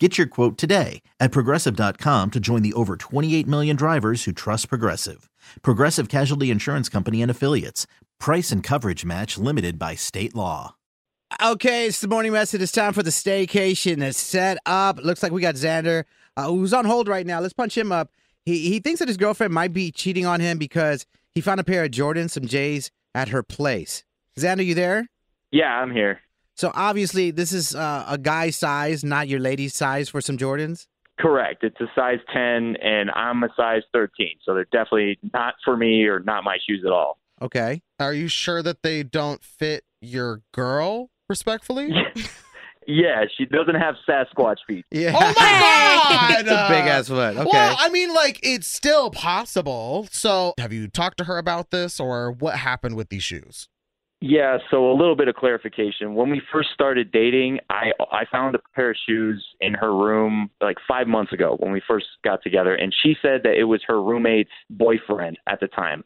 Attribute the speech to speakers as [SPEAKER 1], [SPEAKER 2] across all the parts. [SPEAKER 1] Get your quote today at progressive.com to join the over 28 million drivers who trust Progressive. Progressive Casualty Insurance Company and Affiliates. Price and coverage match limited by state law.
[SPEAKER 2] Okay, it's the morning message. It's time for the staycation. It's set up. Looks like we got Xander, uh, who's on hold right now. Let's punch him up. He he thinks that his girlfriend might be cheating on him because he found a pair of Jordans, some J's at her place. Xander, you there?
[SPEAKER 3] Yeah, I'm here.
[SPEAKER 2] So obviously, this is uh, a guy size, not your lady's size for some Jordans.
[SPEAKER 3] Correct. It's a size 10, and I'm a size 13, so they're definitely not for me or not my shoes at all.
[SPEAKER 2] Okay.
[SPEAKER 4] Are you sure that they don't fit your girl? Respectfully.
[SPEAKER 3] Yeah, she doesn't have Sasquatch feet.
[SPEAKER 2] Yeah.
[SPEAKER 4] Oh my god! Uh,
[SPEAKER 2] It's a big ass foot. Okay.
[SPEAKER 4] Well, I mean, like it's still possible. So, have you talked to her about this, or what happened with these shoes?
[SPEAKER 3] Yeah, so a little bit of clarification. When we first started dating, I I found a pair of shoes in her room like 5 months ago when we first got together, and she said that it was her roommate's boyfriend at the time.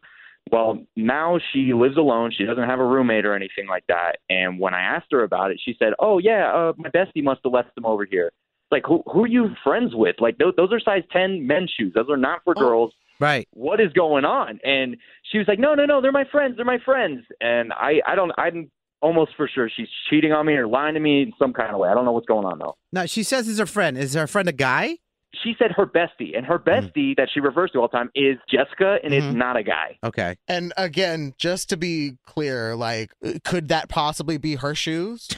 [SPEAKER 3] Well, now she lives alone. She doesn't have a roommate or anything like that. And when I asked her about it, she said, "Oh yeah, uh, my bestie must have left them over here." It's Like, who who are you friends with? Like, those those are size ten men's shoes. Those are not for
[SPEAKER 4] Oh.
[SPEAKER 3] girls.
[SPEAKER 2] Right.
[SPEAKER 3] What is going on? And she was like, "No, no, no, they're my friends. They're my friends." And I I don't I'm almost for sure she's cheating on me or lying to me in some kind of way. I don't know what's going on though.
[SPEAKER 2] Now she says he's her friend. Is her friend a guy?
[SPEAKER 3] She said her bestie, and her
[SPEAKER 4] Mm-hmm.
[SPEAKER 3] bestie that she refers to all the time is Jessica, and
[SPEAKER 2] Mhm.
[SPEAKER 3] it's not a guy.
[SPEAKER 2] Okay.
[SPEAKER 4] And again, just to be clear, like, could that possibly be her shoes?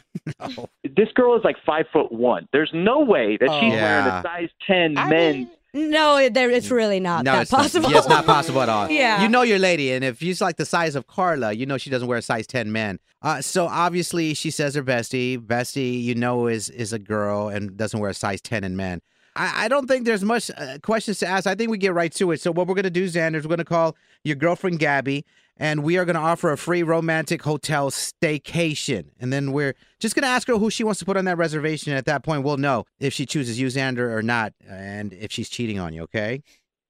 [SPEAKER 3] this girl is like five foot one. There's no way that
[SPEAKER 4] Oh.
[SPEAKER 3] she's
[SPEAKER 2] Yeah.
[SPEAKER 3] wearing a size ten
[SPEAKER 4] I
[SPEAKER 3] men's.
[SPEAKER 4] mean,
[SPEAKER 5] No, it, there, it's really not
[SPEAKER 2] no,
[SPEAKER 5] that
[SPEAKER 2] it's
[SPEAKER 5] possible.
[SPEAKER 2] Not, yeah, it's not possible at all.
[SPEAKER 5] Yeah.
[SPEAKER 2] You know your lady, and if she's like the size of Carla, you know she doesn't wear a size 10 man. Uh, so obviously she says her bestie. Bestie, you know, is is a girl and doesn't wear a size 10 in men. I, I don't think there's much uh, questions to ask. I think we get right to it. So what we're going to do, Xander, is we're going to call your girlfriend Gabby, and we are going to offer a free romantic hotel staycation. And then we're just going to ask her who she wants to put on that reservation. At that point, we'll know if she chooses you, Xander, or not, and if she's cheating on you, okay?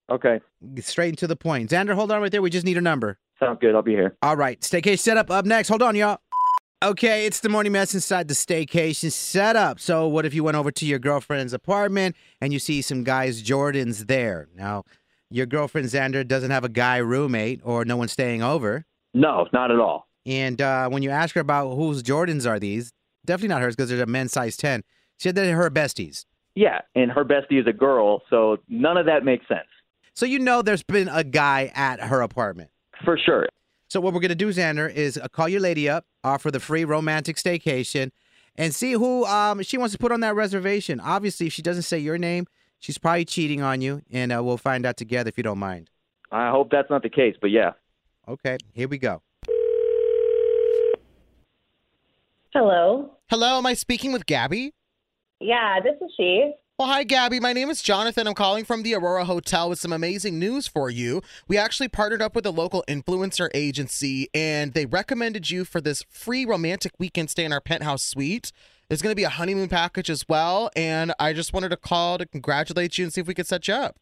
[SPEAKER 3] Okay,
[SPEAKER 2] straight and to the point. Xander, hold on right there. We just need a number.
[SPEAKER 3] sounds good. I'll be here.
[SPEAKER 2] All right, staycation setup up next. Hold on, y'all. Okay, it's the morning mess inside the staycation setup. So, what if you went over to your girlfriend's apartment and you see some guys Jordans there? Now, your girlfriend Xander doesn't have a guy roommate or no one staying over.
[SPEAKER 3] No, not at all.
[SPEAKER 2] And uh, when you ask her about whose Jordans are these, definitely not hers because they're a men's size 10. She said they're her besties.
[SPEAKER 3] Yeah, and her bestie is a girl, so none of that makes sense
[SPEAKER 2] So, you know there's been a guy at her apartment.
[SPEAKER 3] for sure.
[SPEAKER 2] So what we're gonna do, Xander, is uh, call your lady up, offer the free romantic staycation, and see who um she wants to put on that reservation. Obviously, if she doesn't say your name, she's probably cheating on you, and uh, we'll find out together if you don't mind.
[SPEAKER 3] I hope that's not the case, but yeah.
[SPEAKER 2] Okay, here we go.
[SPEAKER 6] Hello.
[SPEAKER 4] Hello, am I speaking with Gabby?
[SPEAKER 6] Yeah, this is she.
[SPEAKER 4] Well, hi, Gabby. My name is Jonathan. I'm calling from the Aurora Hotel with some amazing news for you. We actually partnered up with a local influencer agency, and they recommended you for this free romantic weekend stay in our penthouse suite. There's going to be a honeymoon package as well, and I just wanted to call to congratulate you and see if we could set you up.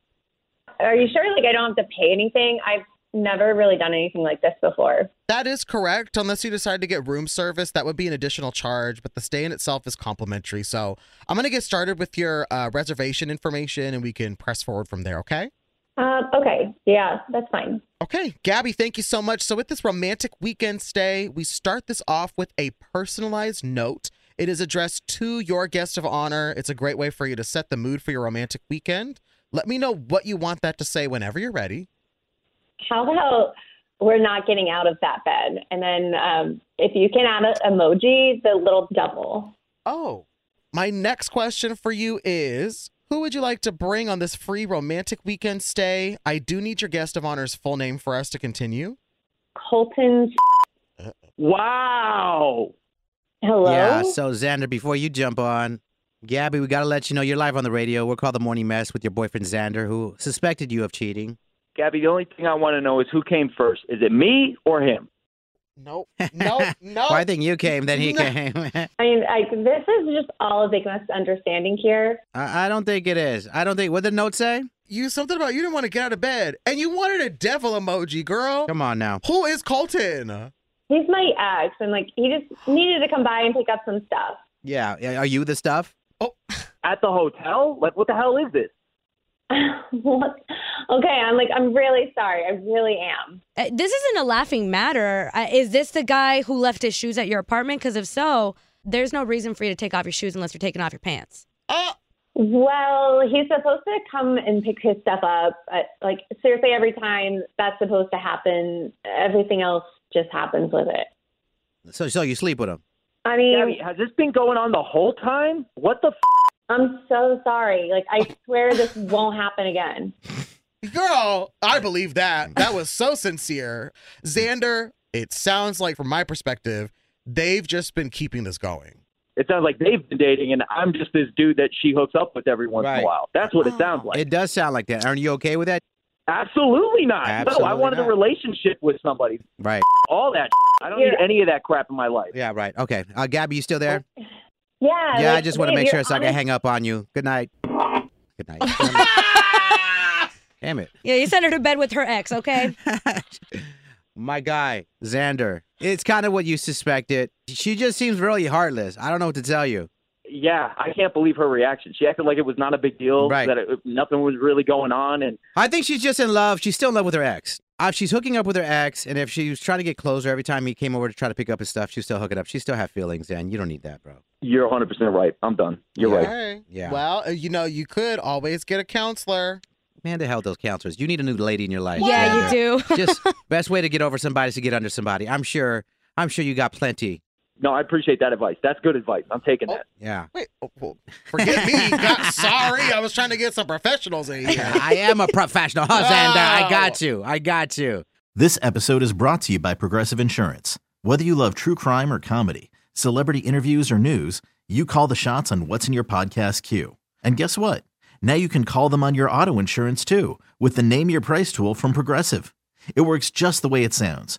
[SPEAKER 6] Are you sure? Like, I don't have to pay anything. I've never really done anything like this before.
[SPEAKER 4] That is correct. Unless you decide to get room service, that would be an additional charge, but the stay in itself is complimentary. So I'm going to get started with your uh, reservation information and we can press forward from there, okay?
[SPEAKER 6] Um, okay. Yeah, that's fine.
[SPEAKER 4] Okay, Gabby, thank you so much. So, with this romantic weekend stay, we start this off with a personalized note. It is addressed to your guest of honor. It's a great way for you to set the mood for your romantic weekend. Let me know what you want that to say whenever you're ready.
[SPEAKER 6] How about we're not getting out of that bed? And then um, if you can add an emoji, the little double.
[SPEAKER 4] Oh, my next question for you is Who would you like to bring on this free romantic weekend stay? I do need your guest of honor's full name for us to continue.
[SPEAKER 6] Colton's.
[SPEAKER 3] Wow.
[SPEAKER 6] Hello.
[SPEAKER 2] Yeah. So Xander, before you jump on, Gabby, we gotta let you know you're live on the radio. We're called the Morning Mess with your boyfriend Xander, who suspected you of cheating.
[SPEAKER 3] Gabby, the only thing I want to know is who came first. Is it me or him?
[SPEAKER 4] Nope. Nope. Nope.
[SPEAKER 2] Well, I think you came, then he
[SPEAKER 4] No.
[SPEAKER 2] came. I,
[SPEAKER 6] I mean, like this is just all a big misunderstanding here.
[SPEAKER 2] I don't think it is. I don't think. What did the note say?
[SPEAKER 4] you something about you didn't want to get out of bed and you wanted a devil emoji, girl.
[SPEAKER 2] Come on now.
[SPEAKER 4] Who is Colton?
[SPEAKER 6] He's my ex, and like he just needed to come by and pick up some stuff.
[SPEAKER 2] Yeah. yeah, Are you the stuff?
[SPEAKER 7] At the hotel? Like, what the hell is this?
[SPEAKER 6] What? okay, I'm like, I'm really sorry. I really am.
[SPEAKER 5] Uh, This isn't a laughing matter. Uh, Is this the guy who left his shoes at your apartment? Because if so, there's no reason for you to take off your shoes unless you're taking off your pants.
[SPEAKER 4] Uh,
[SPEAKER 6] Well, he's supposed to come and pick his stuff up. But, like seriously, every time that's supposed to happen, everything else just happens with it.
[SPEAKER 2] So, so you sleep with him?
[SPEAKER 6] I mean,
[SPEAKER 7] Gabby, has this been going on the whole time? What the f?
[SPEAKER 6] I'm so sorry. Like, I swear this won't happen again.
[SPEAKER 4] girl, I believe that. That was so sincere. Xander, it sounds like, from my perspective, they've just been keeping this going.
[SPEAKER 7] It sounds like they've been dating, and I'm just this dude that she hooks up with every once in
[SPEAKER 2] Right. Oh.
[SPEAKER 7] a while. That's what it sounds like.
[SPEAKER 2] It does sound like that. Aren't you okay with that?
[SPEAKER 7] Absolutely not. no, I
[SPEAKER 2] Absolutely
[SPEAKER 7] wanted
[SPEAKER 2] not.
[SPEAKER 7] a relationship with somebody.
[SPEAKER 2] Right.
[SPEAKER 7] All that. I don't need
[SPEAKER 6] Yeah.
[SPEAKER 7] any of that crap in my life.
[SPEAKER 2] Yeah. Right. Okay. Uh, Gabby, you still there?
[SPEAKER 6] Yeah.
[SPEAKER 2] yeah. I
[SPEAKER 6] like,
[SPEAKER 2] just want to make
[SPEAKER 6] babe, you're
[SPEAKER 2] sure so I can
[SPEAKER 6] honest-
[SPEAKER 2] hang up on you. Good night. Good night. Damn it. Damn it.
[SPEAKER 5] Yeah, you sent her to bed with her ex, okay?
[SPEAKER 2] My guy, Xander. It's kind of what you suspected. She just seems really heartless. I don't know what to tell you.
[SPEAKER 7] Yeah, I can't believe her reaction. She acted like it was not a big deal,
[SPEAKER 2] Right.
[SPEAKER 7] that it, nothing was really going on, and
[SPEAKER 2] I think she's just in love. She's still in love with her ex. Uh, she's hooking up with her ex, and if she was trying to get closer every time he came over to try to pick up his stuff, she's still hooking up. She still have feelings, and you don't need that, bro.
[SPEAKER 7] you're 100% right. I'm done. You're
[SPEAKER 2] Yeah.
[SPEAKER 7] right.
[SPEAKER 4] Okay.
[SPEAKER 2] Yeah.
[SPEAKER 4] Well, uh, you know, you could always get a counselor.
[SPEAKER 2] Man, to hell with those counselors. You need a new lady in your life.
[SPEAKER 5] yeah, you do.
[SPEAKER 2] do. just best way to get over somebody is to get under somebody. I'm sure. I'm sure you got plenty.
[SPEAKER 7] No, I appreciate that advice. That's good advice. I'm taking
[SPEAKER 4] Oh.
[SPEAKER 7] that.
[SPEAKER 2] Yeah.
[SPEAKER 4] Wait, oh, well, forget me. God, sorry, I was trying to get some professionals in here.
[SPEAKER 2] I am a professional, huh, Xander? I got
[SPEAKER 4] Oh.
[SPEAKER 2] you. I got you.
[SPEAKER 1] This episode is brought to you by Progressive Insurance. Whether you love true crime or comedy, celebrity interviews or news, you call the shots on what's in your podcast queue. And guess what? Now you can call them on your auto insurance too with the Name Your Price tool from Progressive. It works just the way it sounds.